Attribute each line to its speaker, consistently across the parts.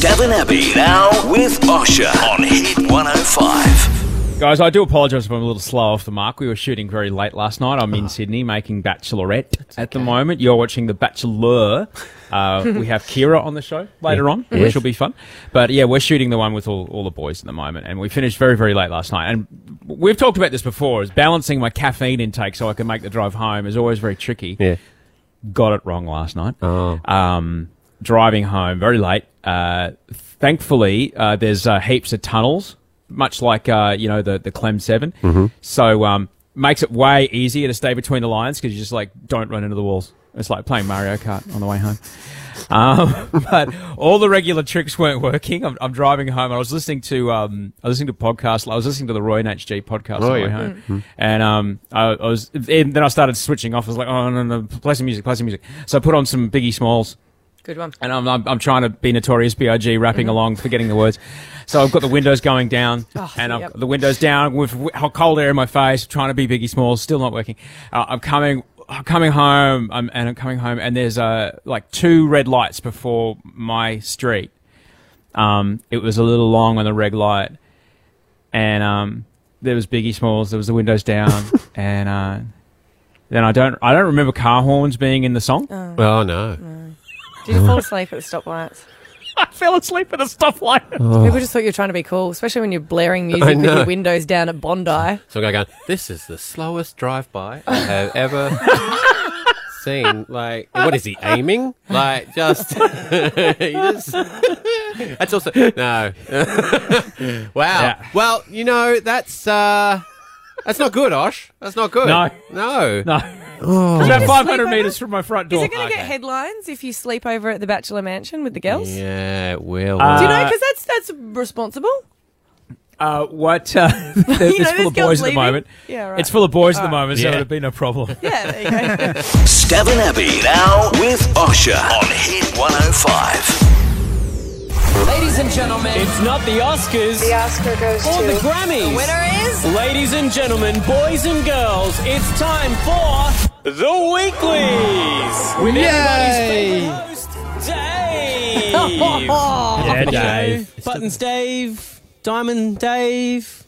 Speaker 1: Devon Abbey now with Osha on Hit 105.
Speaker 2: Guys, I do apologise if I'm a little slow off the mark. We were shooting very late last night. I'm in Sydney making Bachelorette at the moment. You're watching The Bachelor. Uh, we have Kira on the show later on, which
Speaker 3: Yes.
Speaker 2: will be fun. But yeah, we're shooting the one with all, all the boys at the moment. And we finished very, very late last night. And we've talked about this before, is balancing my caffeine intake so I can make the drive home is always very tricky
Speaker 3: Yeah.
Speaker 2: got it wrong last night.
Speaker 3: Oh.
Speaker 2: Um, driving home very late. Uh, thankfully, uh, there's uh, heaps of tunnels, much like uh, you know the the Clem 7
Speaker 3: Mm-hmm.
Speaker 2: So um, makes it way easier to stay between the lines because you just like don't run into the walls. It's like playing Mario Kart on the way home. Um, but all the regular tricks weren't working. I'm, I'm driving home. and I was listening to um, I was listening to podcasts. I was listening to the Roy and HG podcast on the
Speaker 3: Roy,
Speaker 2: way home, and um, I, I was and then I started switching off. I was like, oh no, no, play some music, play some music. So I put on some Biggie Smalls.
Speaker 4: Good one. Mm-hmm.
Speaker 2: And I'm, I'm, I'm trying to be notorious B.I.G. rapping along, forgetting the words. So I've got the windows going down, and I've
Speaker 4: Oh, yep.
Speaker 2: the windows down with w- cold air in my face, trying to be Biggie Smalls, still not working. Uh, I'm coming, I'm coming home, I'm, and I'm coming home, and there's uh, like two red lights before my street. Um, it was a little long on the red light, and um, there was Biggie Smalls, there was the windows down, and uh, then I don't, I don't remember car horns being in the song.
Speaker 3: Oh no.
Speaker 4: Did you fall asleep at the stoplights?
Speaker 2: I fell asleep at a stoplight.
Speaker 5: Oh.
Speaker 4: People just thought you were trying to be cool, especially when you're blaring music
Speaker 3: I
Speaker 4: with
Speaker 3: know.
Speaker 4: your windows down at Bondi.
Speaker 3: So I go, this is the slowest drive by I have ever seen. Like, what is he aiming? Like, just, he just- that's also no. wow.
Speaker 2: Yeah.
Speaker 3: Well, you know that's uh, that's not good, Osh. That's not good.
Speaker 2: No.
Speaker 3: no.
Speaker 2: No.
Speaker 5: Oh.
Speaker 2: It's about 500 meters from my front
Speaker 4: Is
Speaker 2: door.
Speaker 4: it going to
Speaker 5: eh?
Speaker 4: get
Speaker 3: okay.
Speaker 4: headlines if you sleep over at the Bachelor Mansion with the girls?
Speaker 3: Yeah, it will.
Speaker 4: Do you know?
Speaker 2: Uh,
Speaker 4: Because that's that's responsible.
Speaker 2: Uh, what? Uh, it's
Speaker 4: know,
Speaker 2: full of
Speaker 4: this girl's
Speaker 2: boys at the
Speaker 4: leaving.
Speaker 2: moment.
Speaker 4: Yeah, right.
Speaker 2: It's full of boys at the moment, so
Speaker 3: Yeah.
Speaker 2: it'd be no problem.
Speaker 4: Yeah, there you go.
Speaker 1: Devon Abbey now with Osha on Hit 105.
Speaker 6: Ladies and gentlemen, it's not the Oscars. The Oscar goes or the Grammys. The winner is. Ladies and gentlemen, boys and girls, it's time for the Weeklies with everybody's favorite host, Dave.
Speaker 2: yeah, Dave.
Speaker 6: Buttons, Dave. Diamond, Dave.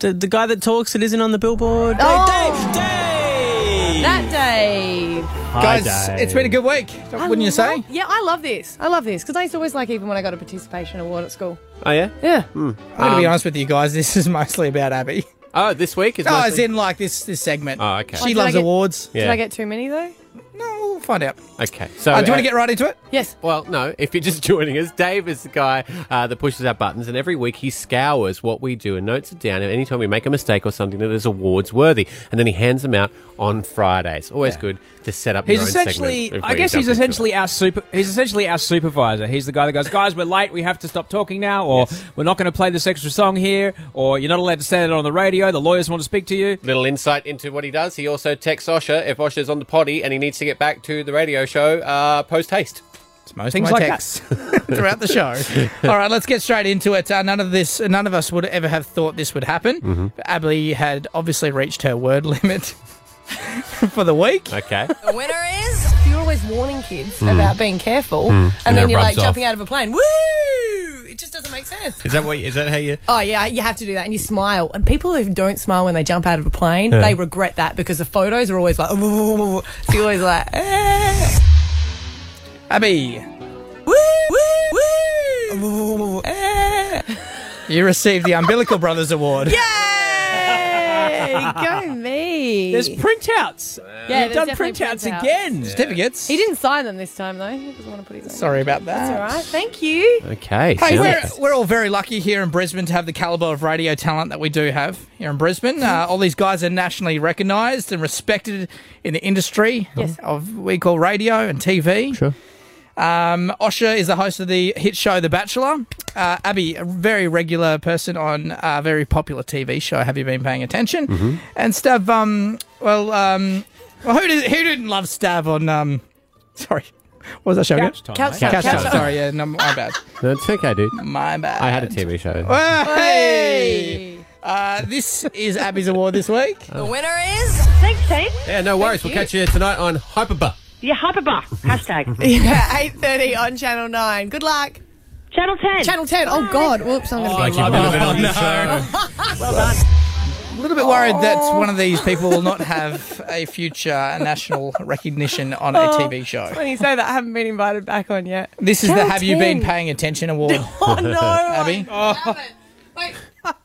Speaker 6: The, the guy that talks that isn't on the billboard. Dave,
Speaker 4: Oh.
Speaker 6: Dave, Dave.
Speaker 4: that day.
Speaker 2: Hi,
Speaker 5: Guys,
Speaker 2: Dave.
Speaker 5: it's been a good week, wouldn't you say?
Speaker 4: Yeah, I love this. I love this because I used to always like even when I got a participation award at school.
Speaker 3: oh yeah.
Speaker 4: Yeah.
Speaker 5: I'm going to be honest with you guys. This is mostly about Abby.
Speaker 3: Oh, this week is.
Speaker 5: No,
Speaker 3: mostly-
Speaker 5: as in like this this segment.
Speaker 3: Oh, okay.
Speaker 5: She
Speaker 4: did I
Speaker 5: loves
Speaker 4: get-
Speaker 5: awards.
Speaker 3: yeah.
Speaker 4: Did I get too many though?
Speaker 5: No, we'll find out.
Speaker 3: okay. So
Speaker 5: Uh, do you want
Speaker 3: uh,
Speaker 5: to get right into it?
Speaker 4: Yes.
Speaker 3: Well, no. If you're just joining us, Dave is the guy uh, that pushes our buttons, and every week he scours what we do and notes it down. And anytime we make a mistake or something that is awards worthy, and then he hands them out on Fridays. Always good to set up.
Speaker 2: He's
Speaker 3: your own
Speaker 2: essentially,
Speaker 3: segment of
Speaker 2: I guess
Speaker 3: bringing
Speaker 2: he's
Speaker 3: something to
Speaker 2: essentially our super. He's essentially our supervisor. He's the guy that goes, "Guys, we're late. We have to stop talking now, or we're not going to play this extra song here, or you're not allowed to say that on the radio. The lawyers want to speak to you."
Speaker 3: it. Little insight into what he does. He also texts Osha if Osha's on the potty and he needs to get back to the radio show uh, post haste.
Speaker 5: It's most
Speaker 2: Things
Speaker 5: of my
Speaker 2: like
Speaker 5: texts throughout the show. All right, let's get straight into it. Uh, none of this, none of us would ever have thought this would happen. But Abby had obviously reached her word limit for the week.
Speaker 3: Okay.
Speaker 4: The winner is. You're always warning kids about being careful, and,
Speaker 3: it
Speaker 4: then you're
Speaker 3: rubs
Speaker 4: like
Speaker 3: off.
Speaker 4: jumping out of a plane. Woo! It just doesn't make sense.
Speaker 3: Is that what? Is that how you?
Speaker 4: Oh yeah, you have to do that, and you smile. And people who don't smile when they jump out of a plane, they regret that because the photos are always like, so you're always like, eh,
Speaker 5: Abby,
Speaker 4: woo, woo, woo, eh.
Speaker 5: you received the Umbilical Brothers Award. Yeah.
Speaker 4: Yay! Go me.
Speaker 2: There's printouts.
Speaker 4: yeah,
Speaker 2: You've done printouts again.
Speaker 5: Certificates.
Speaker 4: He didn't sign them this time though. He doesn't want to put his.
Speaker 5: Sorry about that.
Speaker 4: All right, thank you.
Speaker 3: Okay.
Speaker 5: Hey,
Speaker 3: sounds
Speaker 5: we're,
Speaker 3: like-
Speaker 5: we're all very lucky here in Brisbane to have the caliber of radio talent that we do have here in Brisbane. Uh, all these guys are nationally recognised and respected in the industry
Speaker 4: Yes.
Speaker 5: of we call radio and TV. Sure. Um, Osha is the host of the hit show The Bachelor. Uh, Abby, a very regular person on a very popular TV show. Have you been paying attention?
Speaker 3: Mm-hmm.
Speaker 5: And Stav, um, well, um, well, who, did, who didn't love Stav on? Um, sorry, what was that show?
Speaker 2: Couch
Speaker 5: again?
Speaker 2: time.
Speaker 4: Couch
Speaker 2: mate.
Speaker 4: time.
Speaker 5: Couch
Speaker 4: Couch
Speaker 5: Time,
Speaker 4: Time.
Speaker 5: Sorry, yeah, no, my bad.
Speaker 3: That's okay, dude.
Speaker 5: My bad.
Speaker 3: I had a TV show.
Speaker 5: Hey! Uh, this is Abby's award this week.
Speaker 4: The
Speaker 3: Oh.
Speaker 4: winner is.
Speaker 7: Thanks, team.
Speaker 3: Yeah, no worries. We'll
Speaker 4: you.
Speaker 3: catch you tonight on Hyperbar.
Speaker 7: Yeah, hyperbar. Hashtag.
Speaker 4: Yeah, eight thirty on Channel Nine. Good luck.
Speaker 7: Channel 10.
Speaker 4: Channel 10. Oh, God. Whoops, I'm going to
Speaker 8: Like you've never been on this show.
Speaker 5: A little bit worried that
Speaker 4: Oh.
Speaker 5: one of these people will not have a future national recognition on
Speaker 4: Oh.
Speaker 5: a TV show.
Speaker 4: When you say that, I haven't been invited back on yet.
Speaker 5: This is the
Speaker 7: Channel
Speaker 5: Have You Been
Speaker 7: 10.
Speaker 5: Paying Attention Award,
Speaker 4: Oh, no. I
Speaker 5: Abby.
Speaker 4: haven't. Wait.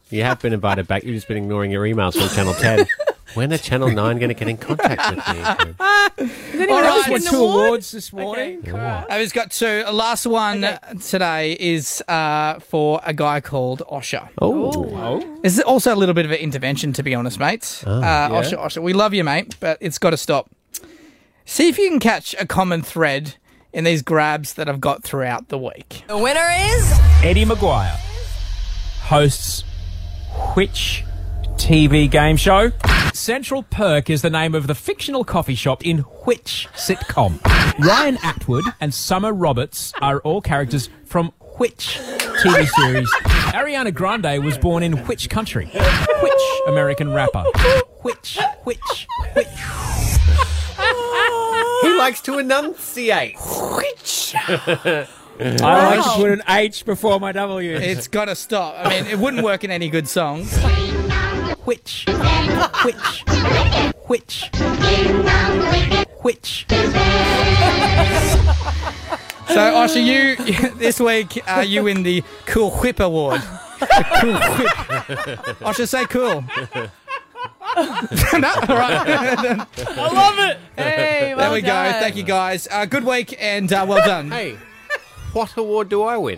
Speaker 3: You have been invited back. You've just been ignoring your emails from Channel 10. when are Channel 9 going to get in contact with me?
Speaker 4: Does anyone
Speaker 5: Um, All
Speaker 4: else win
Speaker 5: right. Won
Speaker 4: an
Speaker 2: two
Speaker 4: award?
Speaker 2: awards this morning.
Speaker 5: Abby's got two. A Last one uh, today is uh, for a guy called Osher.
Speaker 3: Oh,
Speaker 5: This is also a little bit of an intervention, to be honest, mates. uh, Osher, Osher, we love you, mate, but it's got to stop. See if you can catch a common thread in these grabs that I've got throughout the week.
Speaker 4: The winner is.
Speaker 2: Eddie Maguire hosts which TV game show? Central Perk is the name of the fictional coffee shop in which sitcom? Ryan Atwood and Summer Roberts are all characters from which TV series? Ariana Grande was born in which country? Which American rapper? Which, which, which?
Speaker 3: he likes to enunciate.
Speaker 2: I like
Speaker 4: Wow.
Speaker 2: to put an H before my W.
Speaker 5: It's got to stop. I mean, it wouldn't work in any good song.
Speaker 2: Which, which, which, which?
Speaker 5: So, Osher, you this week uh, you win the Cool Whip Award. The cool Whip. Osher, say cool. no, all right.
Speaker 2: I love it.
Speaker 4: Hey,
Speaker 5: There we go. Thank you guys. Uh, good week and uh, well done.
Speaker 3: Hey, what award do I win?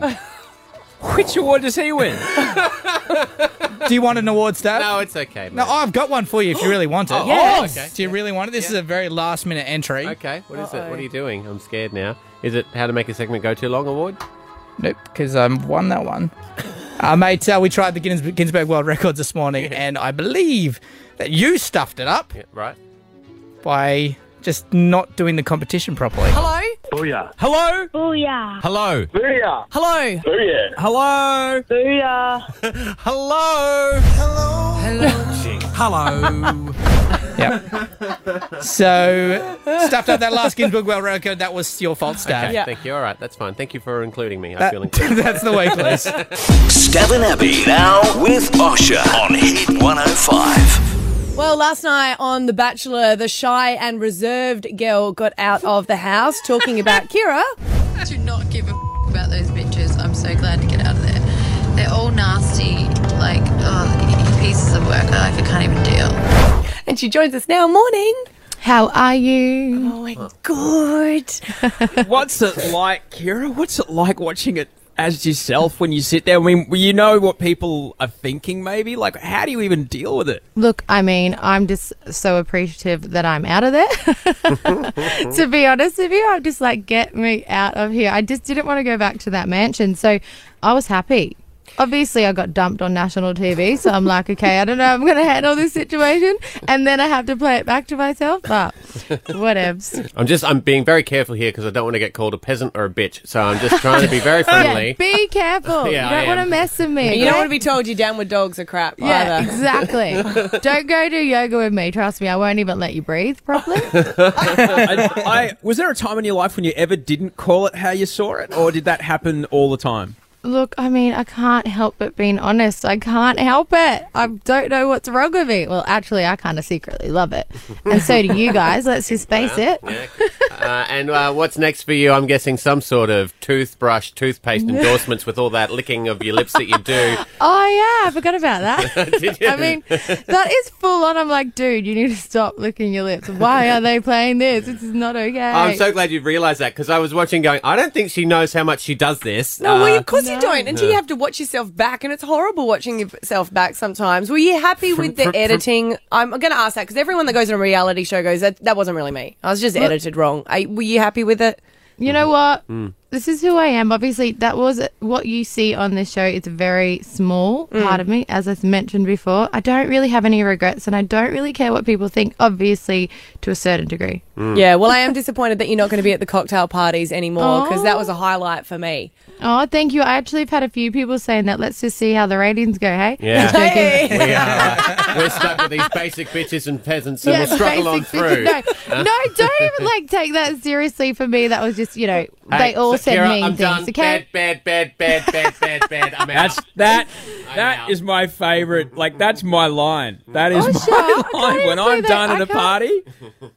Speaker 2: Which award does he win?
Speaker 5: Do you want an award, Stab?
Speaker 3: No, it's okay.
Speaker 5: No,
Speaker 3: mate. Oh,
Speaker 5: I've got one for you if you really want it.
Speaker 4: Yes.
Speaker 3: okay.
Speaker 5: Do you really want it? This is a very last minute entry.
Speaker 3: Okay, what is it? What are you doing? I'm scared now. Is it how to make a segment go too long award?
Speaker 5: Nope, because I won that one. Uh, mate, uh, we tried the Guinness- Guinness World Records this morning, and I believe that you stuffed it up
Speaker 3: Yeah, right.
Speaker 5: by just not doing the competition properly.
Speaker 4: Hello?
Speaker 2: Hello?
Speaker 7: Booyah.
Speaker 3: Hello.
Speaker 4: Hello?
Speaker 2: Hello?
Speaker 7: Booyah.
Speaker 2: Hello? Hello? Hello?
Speaker 5: Yep. so stuffed up that last Ginsburg World Record. That was your fault, Stab.
Speaker 3: Okay,
Speaker 4: Yeah.
Speaker 3: Thank you. All right, that's fine. Thank you for including me. I
Speaker 5: That-
Speaker 3: feel included.
Speaker 5: that's the way, please.
Speaker 1: Stab and Abby now with Osher on Hit 105.
Speaker 4: Well, last night on The Bachelor, the shy and reserved girl got out of the house talking about Kira.
Speaker 9: do not give a f- about those bitches. I'm so glad to get out of there. They're all nasty, like oh, pieces of work. I, like I can't even deal.
Speaker 4: And she joins us now. Morning. Oh,
Speaker 9: How are you?
Speaker 4: Going good.
Speaker 2: What's it like, Kira? What's it like watching it as yourself when you sit there? I mean, you know what people are thinking, maybe? Like, how do you even deal with it?
Speaker 10: Look, I mean, I'm just so appreciative that I'm out of there. to be honest with you, I'm just like, get me out of here. I just didn't want to go back to that mansion. So I was happy. Obviously, I got dumped on national TV. So I'm like, okay, I don't know how I'm going to handle this situation. And then I have to play it back to myself. But whatevs.
Speaker 3: I'm just I'm being very careful here because I don't want to get called a peasant or a bitch. So I'm just trying to be very
Speaker 10: Yeah,
Speaker 3: friendly.
Speaker 10: be careful.
Speaker 3: Yeah, I
Speaker 10: you don't want
Speaker 3: am.
Speaker 10: to mess with me.
Speaker 4: You don't
Speaker 10: okay?
Speaker 4: want to be told your downward dogs are crap
Speaker 10: Yeah,
Speaker 4: either.
Speaker 10: exactly. don't go do yoga with me. Trust me, I won't even let you breathe properly.
Speaker 2: I, I, was there a time in your life when you ever didn't call it how you saw it? Or did that happen all the time?
Speaker 10: Look, I mean, I can't help but being honest. I can't help it. I don't know what's wrong with me. Well, actually, I kind of secretly love it. And so do you guys. Let's just face it.
Speaker 3: Uh, and uh, what's next for you? I'm guessing some sort of toothbrush, toothpaste endorsements with all that licking of your lips that you do.
Speaker 10: Oh, yeah. I forgot about that.
Speaker 3: Did you?
Speaker 10: I mean, that is full on. I'm like, dude, you need to stop licking your lips. Why are they playing this? This is not okay.
Speaker 3: I'm so glad you realised that because I was watching, going, I don't think she knows how much she does this.
Speaker 4: No, well,
Speaker 3: Uh,
Speaker 4: of course you don't. Until you have to watch yourself back, and it's horrible watching yourself back sometimes. Were you happy with the editing? I'm going to ask that because everyone that goes on a reality show goes, that, that wasn't really me. I was just edited wrong. I, were you happy with it?
Speaker 10: You know what? This is who I am. Obviously, that was what you see on this show. It's a very small part of me, as I mentioned before. I don't really have any regrets, and I don't really care what people think. Obviously, to a certain degree.
Speaker 4: Yeah, well, I am disappointed that you're not going to be at the cocktail parties anymore because that was a highlight for me.
Speaker 10: Oh, thank you. I actually have had a few people saying that. Let's just see how the ratings go, hey?
Speaker 3: Yeah.
Speaker 10: Just joking.
Speaker 3: We are, we're stuck with these basic bitches and peasants, and we'll struggle on
Speaker 10: basic
Speaker 3: through.
Speaker 10: business. No, no, don't even like take that seriously. For me, that was just you know they
Speaker 3: Hey,
Speaker 10: all said
Speaker 3: Sarah,
Speaker 10: mean
Speaker 3: I'm
Speaker 10: things.
Speaker 3: Done.
Speaker 10: Okay,
Speaker 3: Bad, bad, bad, bad, bad, bad, bad. I'm out.
Speaker 2: That's that. That is my favorite. Like that's my line. That is
Speaker 10: Oh, sure. I
Speaker 2: my
Speaker 10: can't
Speaker 2: line.
Speaker 10: even
Speaker 2: When
Speaker 10: say
Speaker 2: I'm
Speaker 10: that.
Speaker 2: done
Speaker 10: I
Speaker 2: at a
Speaker 10: can't-
Speaker 2: party,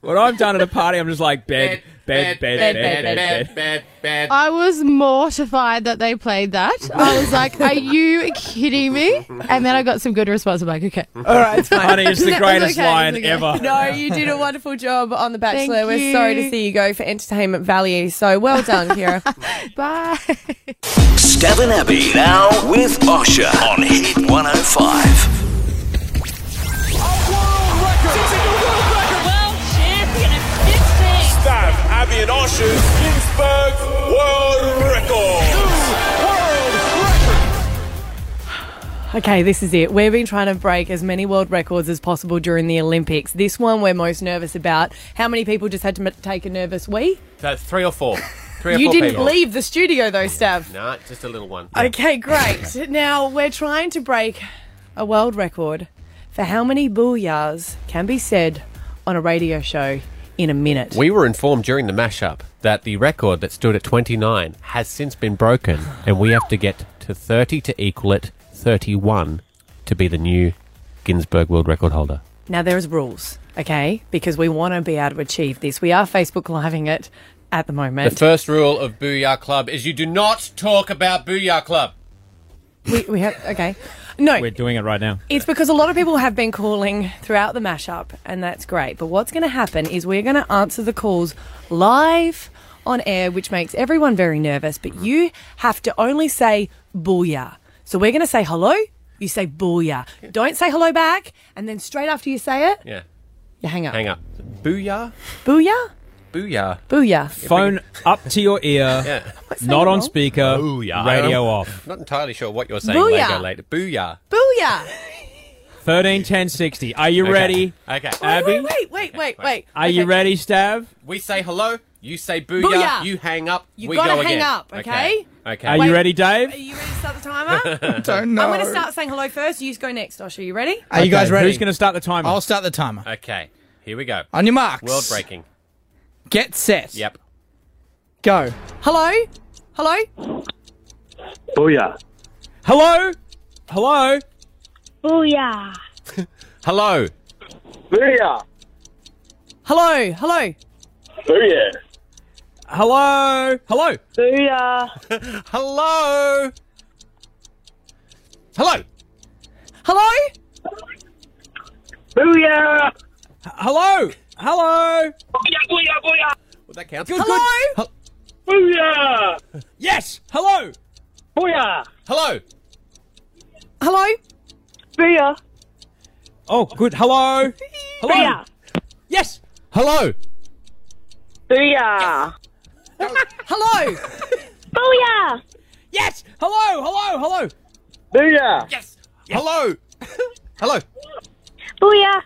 Speaker 2: when I'm done at a party, I'm just like bed, bed, bed, bed, bed, bed,
Speaker 3: bad,
Speaker 2: bed.
Speaker 3: bad, bad.
Speaker 10: I was mortified that they played that. I was like, "Are you kidding me?" And then I got some good response. I'm like, "Okay,
Speaker 4: All right, it's fine.
Speaker 2: Honey, it's the
Speaker 10: That was
Speaker 2: greatest
Speaker 10: okay, it was
Speaker 2: line
Speaker 10: okay.
Speaker 2: ever.
Speaker 4: No, you did a wonderful job on The Bachelor.
Speaker 10: Thank
Speaker 4: We're sorry to
Speaker 10: you.
Speaker 4: see you go for entertainment value. So well done, Kira.
Speaker 10: bye."
Speaker 1: Stephen Abbey now with Osher on Hit 105.
Speaker 7: Stab, Abby and Osher's Ginsburg World Record.
Speaker 4: Okay, this is it. We've been trying to break as many world records as possible during the Olympics. This one we're most nervous about. How many people just had to m- take a nervous wee?
Speaker 3: That's three or four. Three or
Speaker 4: You
Speaker 3: four
Speaker 4: didn't
Speaker 3: people.
Speaker 4: leave the studio though, Stav.
Speaker 3: Nah, just a little one.
Speaker 4: Okay, great. now we're trying to break a world record for how many booyahs can be said on a radio show in a minute.
Speaker 3: We were informed during the mashup that the record that stood at 29 has since been broken, and we have to get to 30 to equal it, 31 to be the new Ginsburg World Record holder.
Speaker 4: Now there's rules, okay? Because we want to be able to achieve this. We are Facebook living it at the
Speaker 3: The
Speaker 4: moment.
Speaker 3: first rule of Booyah Club is you do not talk about Booyah Club.
Speaker 4: we, we have okay. No,
Speaker 2: We're doing it right now.
Speaker 4: it's because a lot of people have been calling throughout the mashup, and that's great. But what's going to happen is we're going to answer the calls live on air, which makes everyone very nervous. But you have to only say booyah. So we're going to say hello. You say booyah. Don't say hello back, and then straight after you say it,
Speaker 3: Yeah,
Speaker 4: you hang up.
Speaker 3: hang up. Booyah?
Speaker 4: Booyah,
Speaker 3: Booyah.
Speaker 4: booyah.
Speaker 2: Phone up to your ear,
Speaker 3: Yeah.
Speaker 2: not on
Speaker 4: wrong?
Speaker 2: speaker, radio off.
Speaker 3: Not entirely sure what you're saying,
Speaker 4: Booyah.
Speaker 3: Lego later. Booyah.
Speaker 4: Booyah.
Speaker 2: 13, 10, 60. Are you
Speaker 3: Okay.
Speaker 2: ready?
Speaker 3: Okay.
Speaker 2: Abby?
Speaker 4: Wait, wait, wait, wait, wait.
Speaker 2: Are you
Speaker 4: Okay.
Speaker 2: ready, Stav?
Speaker 3: We say hello, you say booyah,
Speaker 4: Booyah.
Speaker 3: you hang up,
Speaker 4: You
Speaker 3: we
Speaker 4: gotta
Speaker 3: go
Speaker 4: hang
Speaker 3: again.
Speaker 4: up, okay?
Speaker 3: Okay.
Speaker 2: Are
Speaker 4: Wait.
Speaker 2: you ready,
Speaker 4: Are
Speaker 2: Dave?
Speaker 4: you ready to start the timer?
Speaker 5: Don't know.
Speaker 4: I'm going to start saying hello first. You just go next, Osh. Are you ready?
Speaker 5: Are you guys
Speaker 2: Okay,
Speaker 5: ready?
Speaker 2: Who's going to start the timer?
Speaker 5: I'll start the timer.
Speaker 3: Okay, here we go.
Speaker 5: On your marks.
Speaker 3: World breaking.
Speaker 5: Get set.
Speaker 3: Yep.
Speaker 5: Go.
Speaker 4: Hello? Hello?
Speaker 8: Booyah.
Speaker 2: Hello? Hello?
Speaker 11: Booyah.
Speaker 3: Hello.
Speaker 8: Booyah.
Speaker 4: Hello? Hello?
Speaker 8: Booyah.
Speaker 2: Hello? Hello?
Speaker 11: Booyah.
Speaker 3: Hello. Hello.
Speaker 4: Hello?
Speaker 8: Booyah.
Speaker 2: Hello? Hello?
Speaker 8: Booyah, booyah, booyah.
Speaker 3: Well, that counts.
Speaker 4: Hello?
Speaker 8: Booyah.
Speaker 2: Yes! Hello!
Speaker 8: Booyah.
Speaker 3: Hello.
Speaker 4: Hello?
Speaker 11: Booyah.
Speaker 2: Oh, good. Hello? Hello? Yes!
Speaker 3: Hello.
Speaker 11: Booyah.
Speaker 4: Hello?
Speaker 11: Booyah.
Speaker 2: Yes! Hello! Hello! Hello!
Speaker 8: Booyah.
Speaker 3: Hello. Hello.
Speaker 11: Booyah.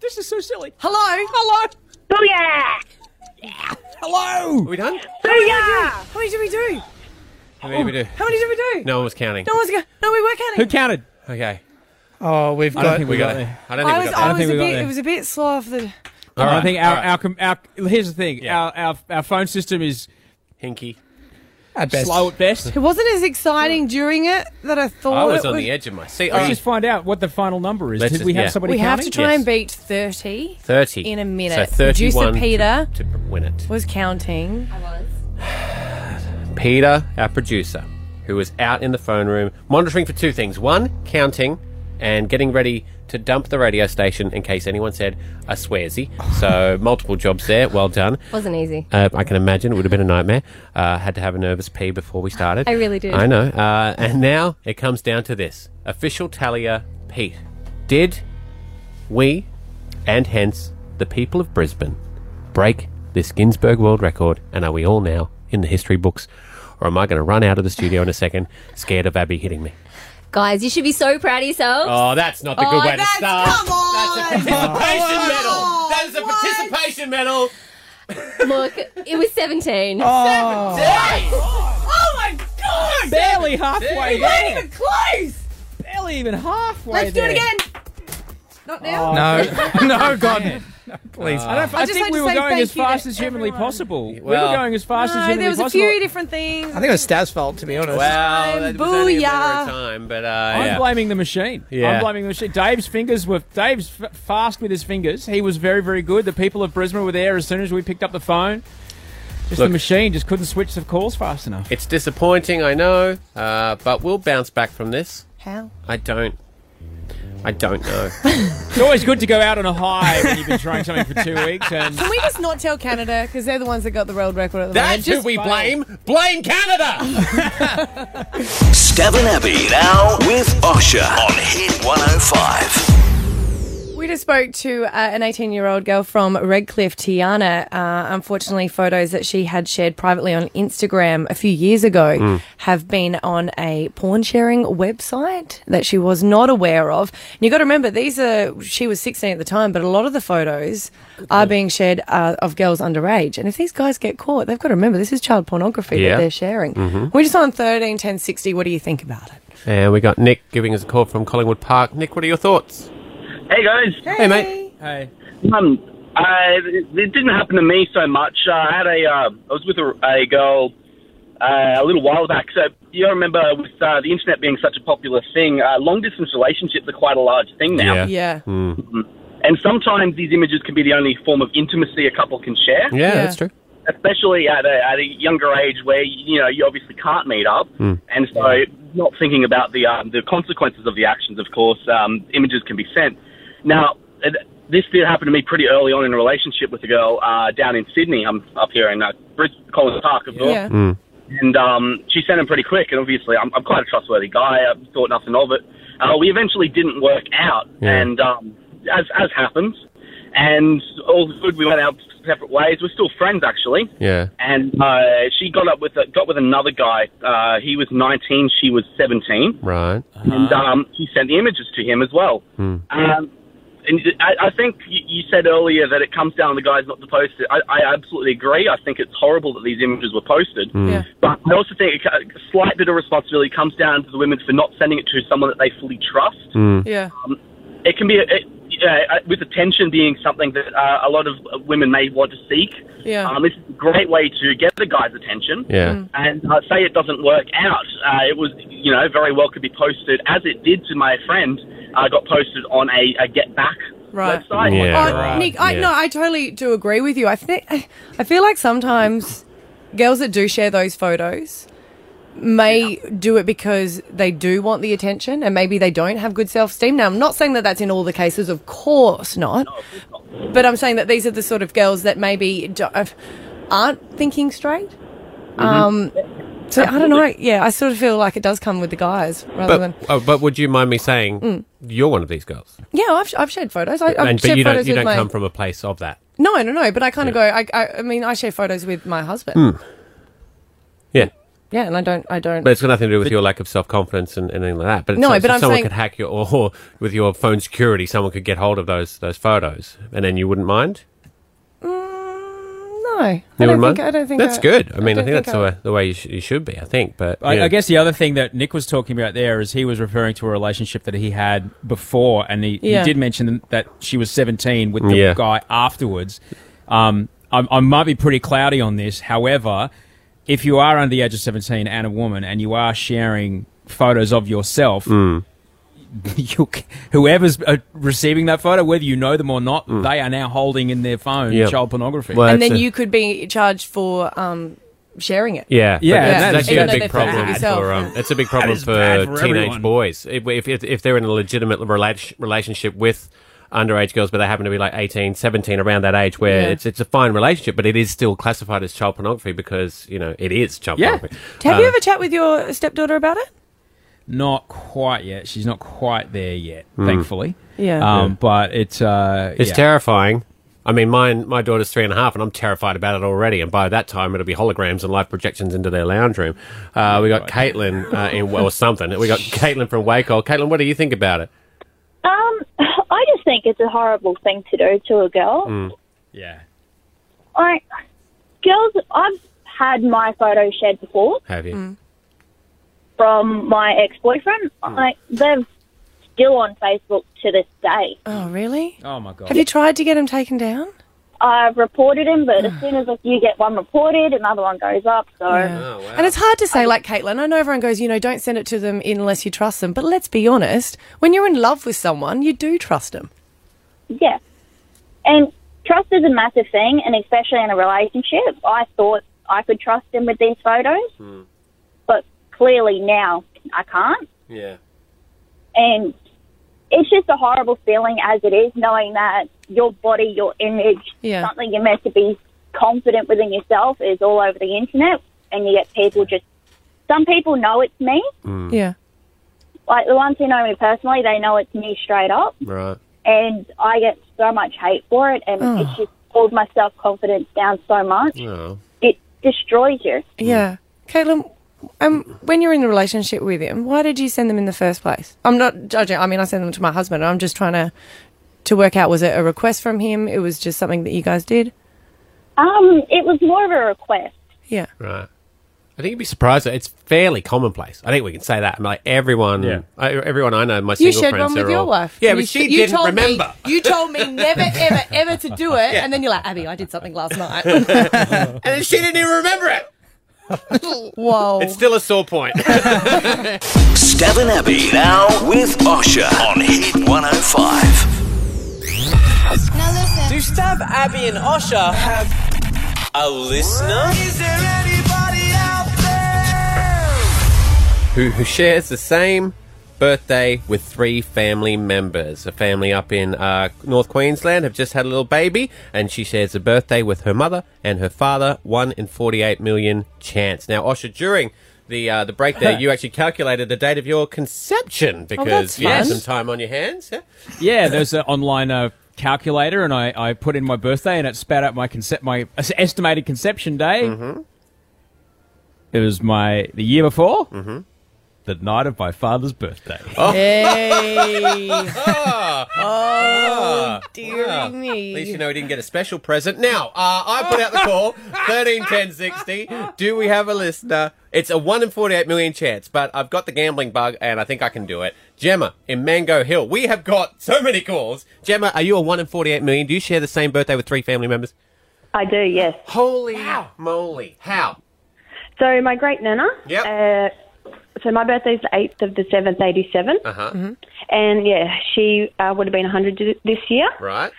Speaker 2: This is so silly.
Speaker 4: Hello? Hello?
Speaker 11: Booyah.
Speaker 2: Hello!
Speaker 3: Are we done?
Speaker 11: Booyah.
Speaker 4: How many did we do?
Speaker 3: How many did we do?
Speaker 4: How many did we do?
Speaker 3: No one was counting.
Speaker 4: No one's going No, we were
Speaker 2: Who
Speaker 4: counting.
Speaker 2: counted?
Speaker 3: Okay.
Speaker 5: Oh, we've
Speaker 2: I don't
Speaker 5: got.
Speaker 2: think we
Speaker 3: We
Speaker 2: got
Speaker 3: got
Speaker 2: it.
Speaker 3: it. I don't think
Speaker 4: I
Speaker 3: we
Speaker 4: was,
Speaker 3: got
Speaker 4: I
Speaker 3: that.
Speaker 2: don't
Speaker 4: was
Speaker 2: think
Speaker 4: a
Speaker 2: we got
Speaker 4: bit,
Speaker 2: there.
Speaker 4: it was a bit slow off the.
Speaker 3: All
Speaker 2: I think our,
Speaker 3: all right.
Speaker 2: our, com- our, here's the thing.
Speaker 3: Yeah.
Speaker 2: Our, our our phone system is
Speaker 3: hinky.
Speaker 5: At best.
Speaker 2: slow at best.
Speaker 4: It wasn't as exciting during it that I thought.
Speaker 3: I was
Speaker 4: it
Speaker 3: on
Speaker 4: would-
Speaker 3: the edge of my seat. All
Speaker 2: Let's
Speaker 3: right.
Speaker 2: just find out what the final number is.
Speaker 3: Let's
Speaker 2: Did
Speaker 3: just-
Speaker 2: we have
Speaker 3: yeah.
Speaker 2: somebody
Speaker 4: We have to
Speaker 2: counting?
Speaker 4: try
Speaker 3: Yes.
Speaker 4: and beat 30.
Speaker 3: Thirty
Speaker 4: in a minute.
Speaker 3: So
Speaker 4: Producer
Speaker 3: thirty-one. to-
Speaker 4: Peter.
Speaker 3: to win it.
Speaker 4: Was counting.
Speaker 3: Peter, our producer, who was out in the phone room monitoring for two things one, counting and getting ready to dump the radio station in case anyone said a swearzy. So, multiple jobs there. Well done.
Speaker 12: Wasn't easy.
Speaker 3: Uh, I can imagine it would have been a nightmare. Uh, had to have a nervous pee before we started.
Speaker 12: I really did.
Speaker 3: I know. Uh, and now it comes down to this official tallier, Pete. Did we, and hence the people of Brisbane, break this Ginsburg world record? And are we all now in the history books? Or am I going to run out of the studio in a second, scared of Abby hitting me?
Speaker 12: Guys, you should be so proud of yourselves.
Speaker 3: Oh, that's not the
Speaker 12: Oh,
Speaker 3: good way to
Speaker 12: that's-
Speaker 3: start.
Speaker 4: come
Speaker 6: Oh.
Speaker 4: on!
Speaker 3: That's a participation medal. That is a participation medal.
Speaker 12: Look, it was 17.
Speaker 5: Oh,
Speaker 4: Oh my god!
Speaker 2: Barely halfway
Speaker 4: Not
Speaker 2: there.
Speaker 4: even close.
Speaker 2: Barely even halfway
Speaker 4: Let's do
Speaker 2: there.
Speaker 4: it again. Not now.
Speaker 3: Oh.
Speaker 5: No, no, God, no, please.
Speaker 2: I, don't, I,
Speaker 4: I'd just
Speaker 2: think
Speaker 4: like
Speaker 2: we
Speaker 4: to
Speaker 2: were
Speaker 4: say
Speaker 2: going
Speaker 4: thank
Speaker 2: as
Speaker 4: you to
Speaker 2: fast as humanly possible. we
Speaker 5: Well-
Speaker 2: were going as fast as
Speaker 4: No,
Speaker 2: humanly
Speaker 4: there was a
Speaker 2: possible.
Speaker 4: few different things.
Speaker 5: I think it was Stav's fault, to be honest.
Speaker 3: Well, that was only a matter
Speaker 4: Booyah.
Speaker 3: of time, but uh,
Speaker 2: I'm
Speaker 3: yeah.
Speaker 2: blaming the machine.
Speaker 3: Yeah.
Speaker 2: I'm blaming the machine. Dave's fingers were Dave's f- fast with his fingers. He was very, very good. The people of Brisbane were there as soon as we picked up the phone. Just the
Speaker 3: Look.
Speaker 2: machine just couldn't switch the calls fast enough.
Speaker 3: It's disappointing, I know, uh, but we'll bounce back from this.
Speaker 4: How?
Speaker 3: I don't. I don't know.
Speaker 2: It's always good to go out on a high when you've been trying something for two weeks. And
Speaker 4: Can we just not tell Canada because they're the ones that got the world record at the moment?
Speaker 3: That's who
Speaker 4: Just
Speaker 3: we blame. Blame Canada.
Speaker 1: Stephen Abbey now with Osher on Hit 105.
Speaker 4: We just spoke to uh, an 18 year old girl from Redcliffe, Tiana. Uh, unfortunately, photos that she had shared privately on Instagram a few years ago
Speaker 13: Mm.
Speaker 4: have been on a porn sharing website that she was not aware of. And you got to remember, these are, she was 16 at the time, but a lot of the photos are being shared uh, of girls underage. And if these guys get caught, they've got to remember this is child pornography
Speaker 3: Yeah.
Speaker 4: that they're sharing.
Speaker 3: Mhm.
Speaker 4: We're just on 13, 10, 60. What do you think about it?
Speaker 3: and we got Nick giving us a call from Collingwood Park. Nick, what are your thoughts?
Speaker 8: Hey guys.
Speaker 3: Hey, mate.
Speaker 2: Hey.
Speaker 8: Um, I, it didn't happen to me so much. Uh, I had a, uh, I was with a, a girl uh, a little while back. So you remember with uh, the internet being such a popular thing, uh, long distance relationships are quite a large thing now.
Speaker 4: Yeah.
Speaker 3: Hmm.
Speaker 8: And sometimes these images can be the only form of intimacy a couple can share.
Speaker 3: Yeah, Yeah. that's true.
Speaker 8: Especially at a, at a younger age where you know you obviously can't meet up,
Speaker 3: Mm.
Speaker 8: and so not thinking about the um, the consequences of the actions. Of course, um, images can be sent. Now, it- this did happen to me pretty early on in a relationship with a girl uh, down in Sydney. I'm up here in uh, Bris- Collins Park, of course.
Speaker 7: Yeah.
Speaker 3: Hmm.
Speaker 8: And um, she sent him pretty quick, and obviously I'm, I'm quite a trustworthy guy. I thought nothing of it. Uh, we eventually didn't work out,
Speaker 7: Yeah.
Speaker 8: and um, as as happens, and all good. We went our separate ways. We're still friends, actually.
Speaker 3: Yeah.
Speaker 8: And uh, she got up with a, got with another guy. Uh, he was 19, she was 17,
Speaker 3: Right.
Speaker 8: and
Speaker 3: Uh-huh.
Speaker 8: um, she sent the images to him as well.
Speaker 3: Mm.
Speaker 8: Um, and I, I think you, you said earlier that it comes down to the guys not to post it. I, I absolutely agree. I think it's horrible that these images were posted.
Speaker 3: Hmm.
Speaker 7: Mm. Yeah.
Speaker 8: But I also think a slight bit of responsibility comes down to the women for not sending it to someone that they fully trust.
Speaker 3: Hmm.
Speaker 4: Yeah.
Speaker 8: It can be, it, uh, with attention being something that uh, a lot of women may want to seek.
Speaker 4: Yeah. Hmm.
Speaker 8: Um, it's a great way to get the guy's attention.
Speaker 7: Yeah. Mm.
Speaker 8: And uh, say it doesn't work out. Uh, it was, you know, very well could be posted, as it did to my friend, uh, got posted on a, a Get Back
Speaker 4: Right.
Speaker 8: website.
Speaker 4: Oh, Nick, I, no, I totally do agree with you. I think I I feel like sometimes girls that do share those photos may do it because they do want the attention and maybe they don't have good self-esteem. Now, I'm not saying that that's in all the cases, of course not. But I'm saying that these are the sort of girls that maybe don't, aren't thinking straight.
Speaker 3: Mm-hmm.
Speaker 4: Um so I don't know. Yeah, I sort of feel like it does come with the guys rather than
Speaker 3: But, oh, but would you mind me saying
Speaker 4: Mm.
Speaker 3: you're one of these girls?
Speaker 4: Yeah, I've, I've shared photos. I, I've
Speaker 3: and, but
Speaker 4: shared
Speaker 3: you don't,
Speaker 4: photos
Speaker 3: you
Speaker 4: with
Speaker 3: don't
Speaker 4: my
Speaker 3: come from a place of that.
Speaker 4: No, no, no. But I kind of go. I, I, I mean, I share photos with my husband.
Speaker 3: Hmm. Yeah.
Speaker 4: Yeah, and I don't. I don't.
Speaker 3: But it's got nothing to do with your lack of self confidence and, and anything like that. But it's
Speaker 4: No,
Speaker 3: like-
Speaker 4: but
Speaker 3: so
Speaker 4: I'm
Speaker 3: someone
Speaker 4: saying-
Speaker 3: could hack your or with your phone security, someone could get hold of those those photos, and then you wouldn't mind.
Speaker 4: no, I
Speaker 3: You
Speaker 4: don't
Speaker 3: wouldn't
Speaker 4: think.
Speaker 3: mind.
Speaker 4: I don't think
Speaker 3: that's
Speaker 4: I-
Speaker 3: good. I mean, I
Speaker 4: don't
Speaker 3: think, that's
Speaker 4: I-
Speaker 3: the way, the way you, sh- you should be. I think, but
Speaker 2: I,
Speaker 3: yeah.
Speaker 2: I guess the other thing that Nick was talking about there is he was referring to a relationship that he had before, and he,
Speaker 3: Yeah.
Speaker 2: he did mention that she was 17 with the
Speaker 3: Yeah.
Speaker 2: guy afterwards. Um, I, I might be pretty cloudy on this. However, if you are under the age of 17 and a woman and you are sharing photos of yourself, you, whoever's uh, receiving that photo, whether you know them or not, they are now holding in their phone
Speaker 3: Mm. Yeah.
Speaker 2: child pornography.
Speaker 3: Well,
Speaker 4: and then you could be charged for um, sharing it.
Speaker 3: Yeah, but
Speaker 2: Yeah,
Speaker 3: that's,
Speaker 2: and
Speaker 3: that's
Speaker 2: that's- Even
Speaker 3: actually
Speaker 2: though
Speaker 3: a
Speaker 2: they're
Speaker 3: big
Speaker 2: for
Speaker 3: problem
Speaker 2: yourself.
Speaker 3: for um, it's a big problem
Speaker 2: is bad
Speaker 3: for,
Speaker 2: for
Speaker 3: teenage
Speaker 2: everyone.
Speaker 3: boys if, if if if they're in a legitimate relat- relationship with underage girls, but they happen to be like 18, 17, around that age, where
Speaker 2: Yeah.
Speaker 3: it's it's a fine relationship, but it is still classified as child pornography because you know it is child
Speaker 4: Yeah.
Speaker 3: pornography.
Speaker 4: Have you
Speaker 3: Uh,
Speaker 4: ever chat with your stepdaughter about it?
Speaker 2: Not quite yet. She's not quite there yet,
Speaker 3: Mm.
Speaker 2: thankfully.
Speaker 4: Yeah.
Speaker 2: Um, But it's uh,
Speaker 3: It's
Speaker 2: yeah.
Speaker 3: terrifying. I mean, mine my daughter's three and a half, and I'm terrified about it already. And by that time, it'll be holograms and live projections into their lounge room.
Speaker 2: Oh
Speaker 3: Uh, we got Caitlin uh, in, or something. We got Caitlin from Waco. Caitlin, what do you think about it?
Speaker 11: Um, I just think it's a horrible thing to do to a girl.
Speaker 3: Hmm.
Speaker 2: Yeah.
Speaker 11: Like, girls, I've had my photos shared before.
Speaker 3: Have you?
Speaker 11: from my ex boyfriend. I They're still on Facebook to this day.
Speaker 4: Oh, really?
Speaker 2: Oh my god.
Speaker 4: Have you tried to get him taken down?
Speaker 11: I've reported him, but as soon as like, you get one reported, another one goes up. So
Speaker 3: Oh,
Speaker 4: And it's hard to say, like Caitlin, I know everyone goes, you know, don't send it to them unless you trust them. But let's be honest, when you're in love with someone, you do trust them.
Speaker 11: Yeah. And trust is a massive thing, and especially in a relationship. I thought I could trust him with these photos, but clearly now I can't.
Speaker 3: Yeah.
Speaker 11: And it's just a horrible feeling as it is, knowing that your body, your image,
Speaker 4: Yeah.
Speaker 11: something you're meant to be confident within yourself is all over the internet, and you get people just. Some people know it's me.
Speaker 4: Hmm.
Speaker 3: Mm.
Speaker 4: Yeah.
Speaker 11: Like the ones who know me personally, they know it's me straight up
Speaker 3: Right.
Speaker 11: and I get so much hate for it, and
Speaker 3: Oh.
Speaker 11: it's just pulled my self confidence down so much.
Speaker 6: Mm.
Speaker 3: No.
Speaker 11: It destroys you.
Speaker 3: Mm.
Speaker 4: Yeah. Caitlin, um, when you're in a relationship with him, why did you send them in the first place? I'm not judging. I mean, I sent them to my husband. I'm just trying to to work out was it a request from him? It was just something that you guys did?
Speaker 11: Um, it was more of a request.
Speaker 4: Yeah.
Speaker 3: Right. I think you'd be surprised. that It's fairly commonplace. I think we can say that. I'm like everyone, I, everyone I know, my
Speaker 4: You
Speaker 3: single
Speaker 4: shared
Speaker 3: friends
Speaker 4: one with
Speaker 3: are
Speaker 4: your
Speaker 3: all-
Speaker 4: wife.
Speaker 3: Yeah,
Speaker 4: You
Speaker 3: but
Speaker 4: sh-
Speaker 3: she
Speaker 4: you
Speaker 3: didn't
Speaker 4: told me-
Speaker 3: remember.
Speaker 4: You told me never, ever, ever to do it, and then you're like, Abby, I did something last night. and
Speaker 3: then she didn't even remember
Speaker 4: it. Whoa.
Speaker 3: It's still a sore point.
Speaker 1: Stephen Abbey now with Osha on Hit 105.
Speaker 6: Now listen. Do Stab, Abby, and Osha have a listener? Is there anybody out
Speaker 3: who, who shares the same birthday with three family members. A family up in uh, North Queensland have just had a little baby, and she shares a birthday with her mother and her father. One in forty-eight million chance. Now, Osha, during the uh, the break there, you actually calculated the date of your conception because
Speaker 2: Oh, that's
Speaker 3: you had
Speaker 2: fun.
Speaker 3: some time on your hands. Yeah.
Speaker 2: Yeah, there's an online uh, calculator, and I, I put in my birthday, and it spat out my concep- my es- estimated conception day.
Speaker 3: Mm-hmm,
Speaker 2: It was my the year before, mm-hmm. the night of my father's birthday.
Speaker 4: Hey.
Speaker 3: Ah. oh,
Speaker 4: dear
Speaker 3: me. At least you know we didn't get a special present. Now, uh, I put out the call 13 10 60. Do we have a listener? It's a 1 in 48 million chance, but I've got the gambling bug and I think I can do it. Gemma in Mango Hill. We have got so many calls. Gemma, are you a 1 in 48 million? Do you share the same birthday with three family members?
Speaker 13: I do, yes.
Speaker 3: Holy moly. How?
Speaker 13: So my great nana.
Speaker 3: Yep.
Speaker 13: Uh, so my birthday's the eighth of the seventh, eighty-seven,
Speaker 3: Uh huh.
Speaker 13: and yeah, she uh, would have been hundred this year.
Speaker 3: Right.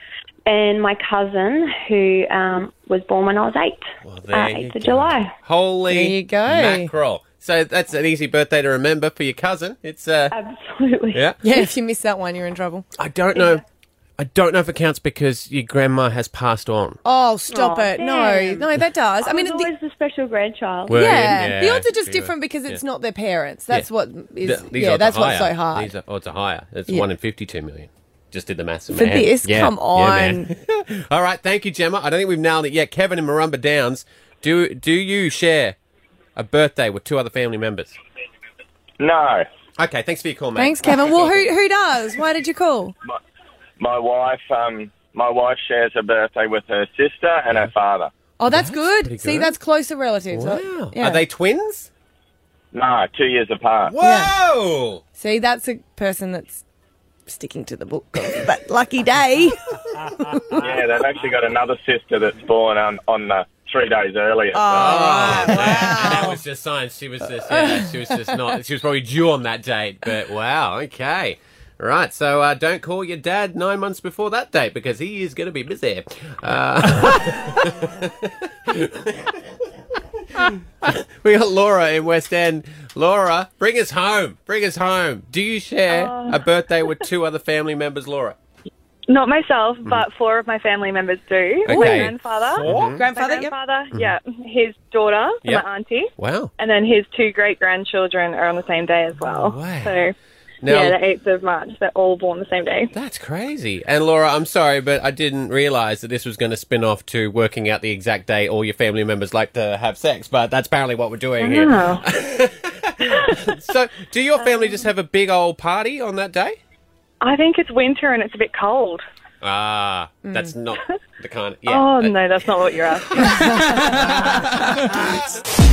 Speaker 13: And my cousin, who um, was born when I was eight,
Speaker 3: there
Speaker 13: uh,
Speaker 3: you
Speaker 13: eighth of
Speaker 3: go.
Speaker 13: July.
Speaker 3: Holy
Speaker 13: There you go.
Speaker 3: mackerel. So that's an easy birthday to remember for your cousin. It's uh,
Speaker 13: Absolutely.
Speaker 3: Yeah.
Speaker 4: Yeah, if you miss that one, you're in trouble.
Speaker 3: I don't know. I don't know if it counts because your grandma has passed on.
Speaker 4: Oh, stop
Speaker 13: Aw,
Speaker 4: it.
Speaker 13: damn.
Speaker 4: No, no, that does. I, mean,
Speaker 13: was always the special grandchild.
Speaker 3: Were you?
Speaker 4: yeah, the
Speaker 3: Yeah,
Speaker 4: odds are just
Speaker 3: we were.
Speaker 4: different because it's
Speaker 3: Yeah.
Speaker 4: not their parents. That's
Speaker 3: Yeah.
Speaker 4: what is.
Speaker 3: Th-
Speaker 4: yeah,
Speaker 3: odds
Speaker 4: that's
Speaker 3: are
Speaker 4: what's so
Speaker 3: higher.
Speaker 4: hard.
Speaker 3: These are odds are higher. It's
Speaker 4: Yeah.
Speaker 3: one in fifty-two million. Just did the maths.
Speaker 4: For
Speaker 3: man.
Speaker 4: this?
Speaker 3: Yeah.
Speaker 4: Come
Speaker 3: Yeah, man. All right, thank you, Gemma. I don't think we've nailed it yet. Kevin and Marumba Downs, do do you share a birthday with two other family members?
Speaker 14: No.
Speaker 3: Okay, thanks for your call, mate.
Speaker 4: Thanks, Kevin. Well, who who does? Why did you call?
Speaker 14: My wife, um, my wife shares a birthday with her sister and her father.
Speaker 4: Oh, that's, good.
Speaker 14: pretty
Speaker 4: See,
Speaker 14: good.
Speaker 4: that's closer relatives.
Speaker 14: Wow.
Speaker 4: Yeah.
Speaker 14: Are they
Speaker 3: twins?
Speaker 14: No, two years apart.
Speaker 3: Whoa!
Speaker 4: See, that's a person that's sticking to the book. but lucky day.
Speaker 14: yeah, they've actually got another sister that's born on on the three days earlier. so-
Speaker 3: Um, And that was just science. She was just, yeah, she was just not. She was probably due on that date. But wow, okay, right. So uh, don't call your dad nine months before that date because he is going to be busy. Uh, we got Laura in West End. Laura, bring us home. Bring us home. Do you share a birthday with two other family members, Laura?
Speaker 15: Not myself, but four of my family members do. My
Speaker 3: Okay.
Speaker 15: grandfather.
Speaker 3: Four?
Speaker 15: My
Speaker 4: Grandfather, yep.
Speaker 15: grandfather, yeah. His daughter, so
Speaker 3: Yep.
Speaker 15: my auntie.
Speaker 3: Wow.
Speaker 15: And then his two great grandchildren are on the same day as well. So,
Speaker 3: Now-
Speaker 15: yeah, the 8th of March. They're all born the same day.
Speaker 3: That's Crazy. And Laura, I'm sorry, but I didn't realise that this was going to spin off to working out the exact day all your family members like to have sex, but that's apparently what we're doing here. so, do your family just have a big old party on that day?
Speaker 15: I think it's winter and it's a bit cold.
Speaker 3: Ah,
Speaker 15: Mm.
Speaker 3: that's not the kind. Yeah.
Speaker 15: oh no, that's not what you're asking.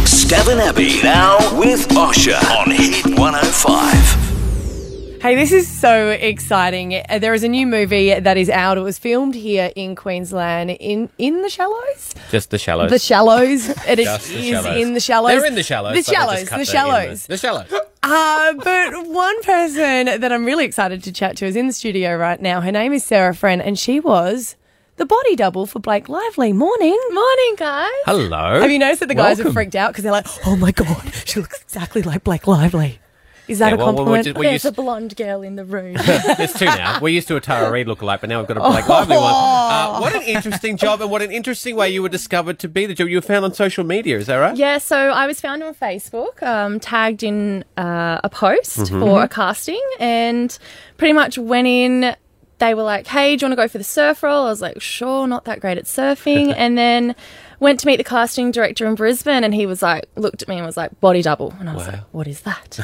Speaker 1: Stephen Abbey now with Osher on Hit 105.
Speaker 4: Hey, this is so exciting. Uh, There is a new movie that is out. It was filmed here in Queensland in in the Shallows.
Speaker 3: Just the shallows.
Speaker 4: The Shallows. It is,
Speaker 3: Just the
Speaker 4: is
Speaker 3: Shallows.
Speaker 4: in the Shallows.
Speaker 3: They're in the shallows.
Speaker 4: The
Speaker 3: but they
Speaker 4: Shallows.
Speaker 3: just cut
Speaker 4: The
Speaker 3: that in
Speaker 4: Shallows.
Speaker 3: The shallows.
Speaker 4: Uh, but one person that I'm really excited to chat to is in the studio right now. Her name is Sarah Friend, and she was the body double for Blake Lively. Morning. Morning, guys.
Speaker 3: Hello.
Speaker 4: Have you noticed that the guys
Speaker 3: Welcome.
Speaker 4: are freaked out because they're like, oh my God, she looks exactly like Blake Lively? Is that
Speaker 3: Yeah,
Speaker 4: a
Speaker 3: well, well,
Speaker 4: compliment?
Speaker 3: we did- we There's used- a
Speaker 4: blonde girl in the room.
Speaker 3: There's two now. We're used to a Tara Reid lookalike, but now we've got a
Speaker 4: Oh.
Speaker 3: Blake Lively one. Uh, what an interesting job, and what an interesting way you were discovered to be the job. You were found on social media, is that right?
Speaker 16: Yeah, so I was found on Facebook, um, tagged in uh, a post
Speaker 3: Mhm.
Speaker 16: for a
Speaker 3: Mhm.
Speaker 16: casting, and pretty much went in. They were like, "Hey, do you want to go for the surf roll?" I was like, "Sure, not that great at surfing." and then went to meet the casting director in Brisbane, and he was like, looked at me and was like, "Body double," and I was like, "What is that?"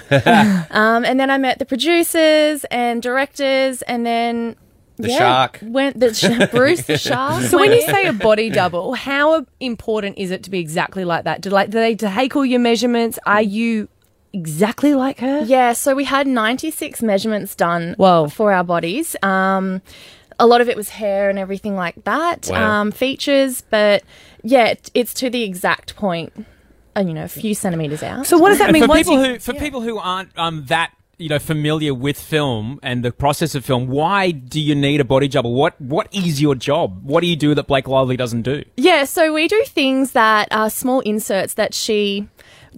Speaker 4: Oh.
Speaker 16: um, and then I met the producers and directors, and then
Speaker 4: The
Speaker 16: yeah,
Speaker 4: shark.
Speaker 16: went the sh- Bruce the shark.
Speaker 4: So when
Speaker 16: went
Speaker 4: you
Speaker 16: in.
Speaker 4: say a body double, how important is it to be exactly like that? Do like do they take all your measurements? Are you exactly like her?
Speaker 16: Yeah, so we had 96 measurements done for our bodies. Um, a lot of it was hair and everything like that,
Speaker 4: Wow.
Speaker 16: um, features, but yeah, it, it's to the exact point, uh, you know, a few centimeters out.
Speaker 2: And For people who for people who aren't um that you know familiar with film and the process of film, why do you need a body double? What what is your job? What do you do that Blake Lively doesn't do?
Speaker 16: Yeah, so we do things that are small inserts that she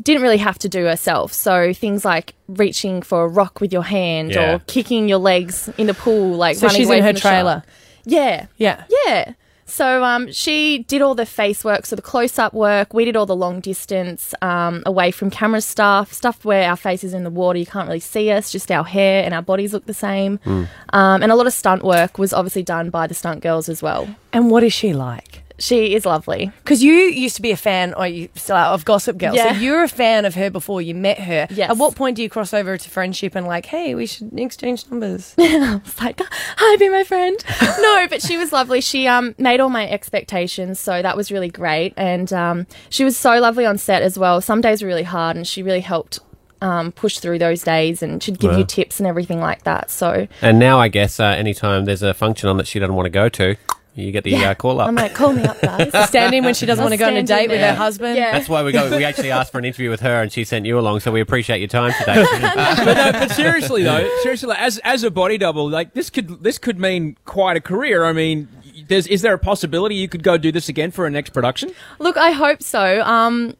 Speaker 16: didn't really have to do herself. So things like reaching for a rock with your hand
Speaker 4: Yeah.
Speaker 16: or kicking your legs in the pool, like
Speaker 4: So
Speaker 16: running
Speaker 4: she's
Speaker 16: away
Speaker 4: in her
Speaker 16: from the shark.
Speaker 4: trailer.
Speaker 16: Yeah.
Speaker 4: Yeah.
Speaker 16: Yeah. So um, she did all the face work, so the close up work. We did all the long distance, um, away from camera stuff, stuff where our face is in the water, you can't really see us, just our hair and our bodies look the same.
Speaker 13: Mm.
Speaker 16: Um, and a lot of stunt work was obviously done by the stunt girls as well.
Speaker 4: And what is she like?
Speaker 16: She is lovely.
Speaker 4: Because you used to be a fan or you, so, of Gossip Girl,
Speaker 16: Yeah.
Speaker 4: so you're a fan of her before you met her. Yes. At what point do you cross over to friendship and like, hey, we should exchange numbers?
Speaker 16: I was like, hi, be my friend. no, but she was lovely. She um, made all my expectations, so that was really great. And um, she was so lovely on set as well. Some days were really hard, and she really helped um, push through those days, and she'd give
Speaker 3: Wow.
Speaker 16: you tips and everything like that. So
Speaker 3: And now I guess uh, anytime there's a function on that she doesn't want to go to, you get the uh, call up.
Speaker 16: I'm like, call me up, guys.
Speaker 4: Stand in when she doesn't
Speaker 16: I'll
Speaker 4: wanna go on a
Speaker 16: stand in
Speaker 4: date with
Speaker 16: there.
Speaker 4: her husband.
Speaker 16: Yeah.
Speaker 3: That's why we go. We actually asked for an interview with her, and she sent you along. So we appreciate your time today.
Speaker 2: Uh,
Speaker 3: uh,
Speaker 2: but, no, but seriously though, seriously, like, as as a body double, like this could this could mean quite a career. I mean, y- there's is there a possibility you could go do this again for a next production?
Speaker 16: Look, I hope so. Um,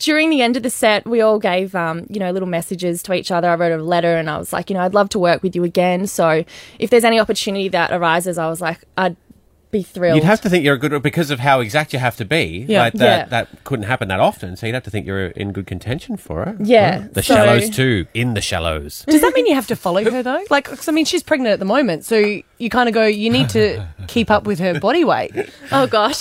Speaker 16: during the end of the set, we all gave, um, you know, little messages to each other. I wrote a letter and I was like, you know, I'd love to work with you again. So if there's any opportunity that arises, I was like, I'd be thrilled.
Speaker 3: You'd have to think you're a good because of how exact you have to be.
Speaker 16: Yeah.
Speaker 3: like that,
Speaker 16: Yeah.
Speaker 3: that couldn't happen that often. So you'd have to think you're in good contention for it.
Speaker 16: Yeah,
Speaker 3: the
Speaker 4: so-
Speaker 3: shallows too. In the shallows.
Speaker 4: Does that mean you have to follow her though? Like, 'cause, I mean, she's pregnant at the moment, so you kind of go, you need to keep up with her body weight.
Speaker 16: Oh gosh,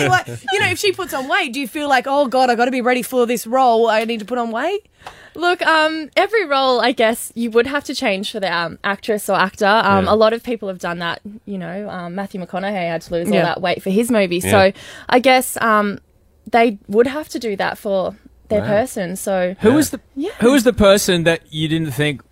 Speaker 4: like, you know, if she puts on weight, do you feel like, oh god, I got to be ready for this role? I need to put on weight.
Speaker 16: Look, um, every role, I guess, you would have to change for the um, actress or actor. Um,
Speaker 4: Yeah.
Speaker 16: A lot of people have done that. You know, um, Matthew McConaughey had to lose
Speaker 4: Yeah.
Speaker 16: all that weight for his movie.
Speaker 2: Yeah.
Speaker 16: So I guess um, they would have to do that for their
Speaker 2: Wow.
Speaker 16: person. So
Speaker 2: Who was the Who was the person that you didn't think?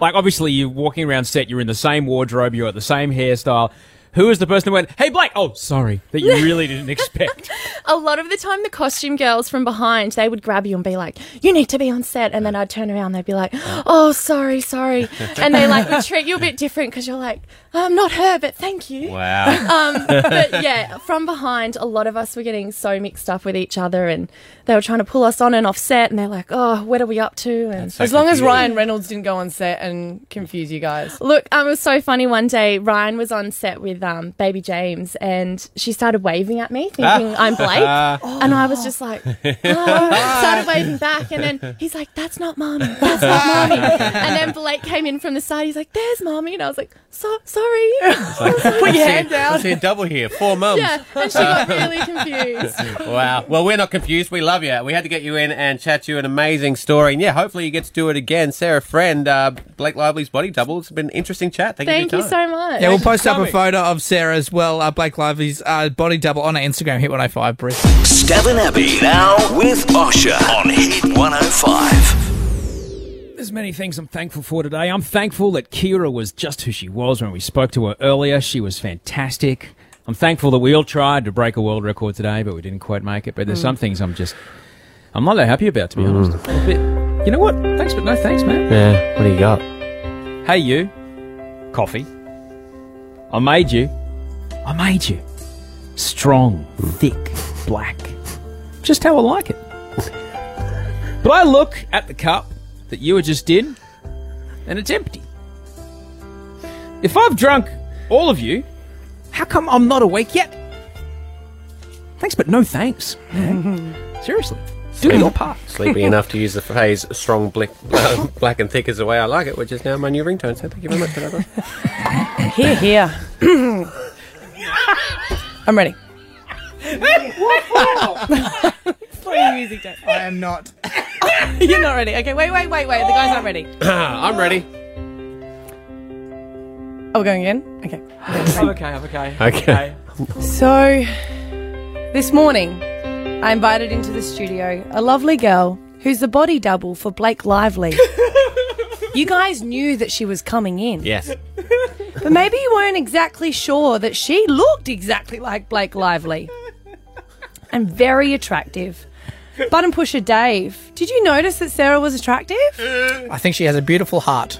Speaker 2: Like, obviously, you're walking around set, you're in the same wardrobe, you're at the same hairstyle. Who was the person who went, "Hey, Blake"? Oh, sorry, that you really didn't expect.
Speaker 16: a lot of the time the costume girls from behind they would grab you and be like you need to be on set and then i'd turn around and they'd be like oh sorry sorry and they like would treat you a bit different because you're like i'm not her but thank you
Speaker 3: Wow.
Speaker 16: um, but yeah from behind a lot of us were getting so mixed up with each other and they were trying to pull us on and off set and they're like oh what are we up to and
Speaker 4: as long as Ryan Reynolds didn't go on set and confuse you guys.
Speaker 16: Look, um, it was so funny. One day, Ryan was on set with with um, baby James, and she started waving at me, thinking I'm Blake, and I was just like, oh, started waving back, and then he's like, "That's not mommy, that's not mommy," and then Blake came in from the side. He's like, "There's mommy," and I was like, so- "Sorry."
Speaker 3: It's like,
Speaker 16: Put your
Speaker 3: I see-
Speaker 16: hand down.
Speaker 3: I see a double here. Four mums.
Speaker 16: Yeah, and she got really confused.
Speaker 3: wow. Well, we're not confused. We love you. We had to get you in and chat you an amazing story. And yeah, hopefully you get to do it again. Sarah Friend, uh, Blake Lively's body double. It's been an interesting chat. Thank,
Speaker 16: Thank
Speaker 3: you,
Speaker 16: you
Speaker 3: for your
Speaker 16: so
Speaker 3: time.
Speaker 16: much.
Speaker 5: Yeah, we'll post up a photo of Sarah as well, uh, Blake Lively's uh, body double on our Instagram, Hit105 Brisbane.
Speaker 1: Stephen Abbey now with Osher on Hit 105.
Speaker 2: There's many things I'm thankful for today. I'm thankful that Kira was just who she was when we spoke to her earlier. She was fantastic. I'm thankful that we all tried to break a world record today, but we didn't quite make it. But there's
Speaker 6: Mm.
Speaker 2: some things I'm just, I'm not that happy about, to be honest. A bit- you know what? Thanks, but no thanks, man.
Speaker 6: Yeah, what do you got?
Speaker 2: Hey, you. Coffee. I made you. I made you. Strong, thick, black. Just how I like it. But I look at the cup that you were just in, and it's empty. If I've drunk all of you, how come I'm not awake yet? Thanks, but no thanks. man. Seriously. Do your part.
Speaker 3: Sleepy enough to use the phrase strong, black, uh, black and thick is the way I like it, which is now my new ringtone. So thank you very much for that. Ross.
Speaker 4: Here, here. I'm ready. music
Speaker 5: I am not.
Speaker 4: You're not ready. Okay, wait, wait, wait, wait. The guy's not ready.
Speaker 3: I'm ready.
Speaker 4: Oh, we're going again? Oh, Okay.
Speaker 2: I'm okay, I'm okay.
Speaker 3: Okay.
Speaker 4: So, this morning, I invited into the studio a lovely girl who's the body double for Blake Lively. you guys knew that she was coming in.
Speaker 3: Yes.
Speaker 4: But maybe you weren't exactly sure that she looked exactly like Blake Lively. And very attractive. Button pusher Dave, did you notice that Sarah was attractive?
Speaker 5: I think she has a beautiful heart.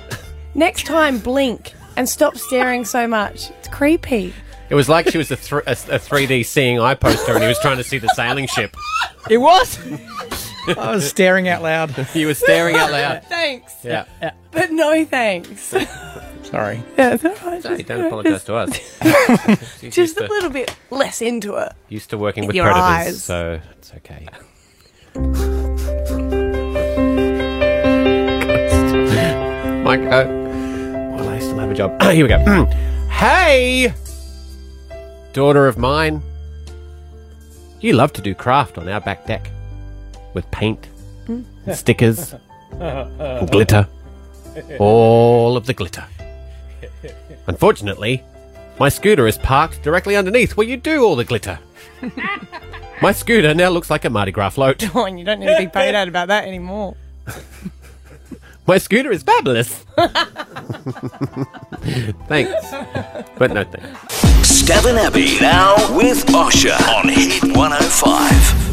Speaker 4: Next time, blink and stop staring so much. It's creepy.
Speaker 3: It was like she was a, thr a, a 3D seeing eye poster and he was trying to see the sailing ship.
Speaker 5: It was. I was staring out loud.
Speaker 3: You were staring out loud.
Speaker 4: Thanks.
Speaker 3: Yeah.
Speaker 4: But no thanks.
Speaker 5: Sorry.
Speaker 4: Yeah, it's all right.
Speaker 3: Sorry,
Speaker 4: Just-
Speaker 3: don't apologise to us. She's used
Speaker 4: Just a
Speaker 3: to-
Speaker 4: little bit less into it.
Speaker 3: Used to working
Speaker 4: In
Speaker 3: with
Speaker 4: your
Speaker 3: predators,
Speaker 4: eyes.
Speaker 3: so it's okay. Mike, uh, well, I still have a job. Here we go. hey, daughter of mine, you love to do craft on our back deck with paint,
Speaker 1: Hmm.
Speaker 3: and stickers, and glitter, all of the glitter. Unfortunately, my scooter is parked directly underneath where you do all the glitter. my scooter now looks like a Mardi Gras float.
Speaker 4: Don, you don't need to be paid out about that anymore.
Speaker 3: My scooter is fabulous. thanks. But no thanks. oh
Speaker 1: oh Stephen Abbey now with Osher on Hit 105.